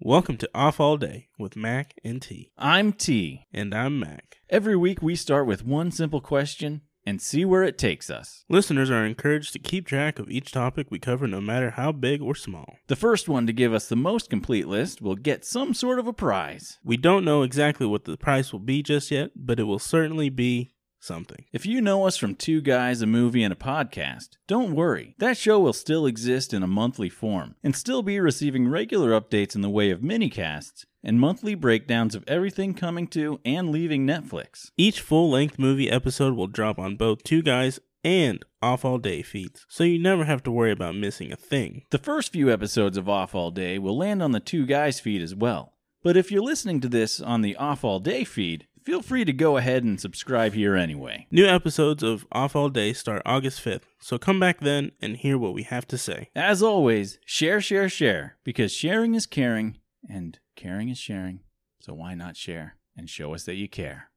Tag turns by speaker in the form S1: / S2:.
S1: Welcome to Off All Day with Mac and T.
S2: I'm T.
S1: And I'm Mac.
S2: Every week we start with one simple question and see where it takes us.
S1: Listeners are encouraged to keep track of each topic we cover, no matter how big or small.
S2: The first one to give us the most complete list will get some sort of a prize.
S1: We don't know exactly what the price will be just yet, but it will certainly be something.
S2: If you know us from Two Guys, a Movie, and a Podcast, don't worry. That show will still exist in a monthly form and still be receiving regular updates in the way of minicasts and monthly breakdowns of everything coming to and leaving Netflix.
S1: Each full length movie episode will drop on both Two Guys and Off All Day feeds, so you never have to worry about missing a thing.
S2: The first few episodes of Off All Day will land on the Two Guys feed as well. But if you're listening to this on the Off All Day feed, feel free to go ahead and subscribe here anyway.
S1: New episodes of Off All Day start August 5th, so come back then and hear what we have to say.
S2: As always, share, share, share, because sharing is caring, and caring is sharing. So why not share and show us that you care?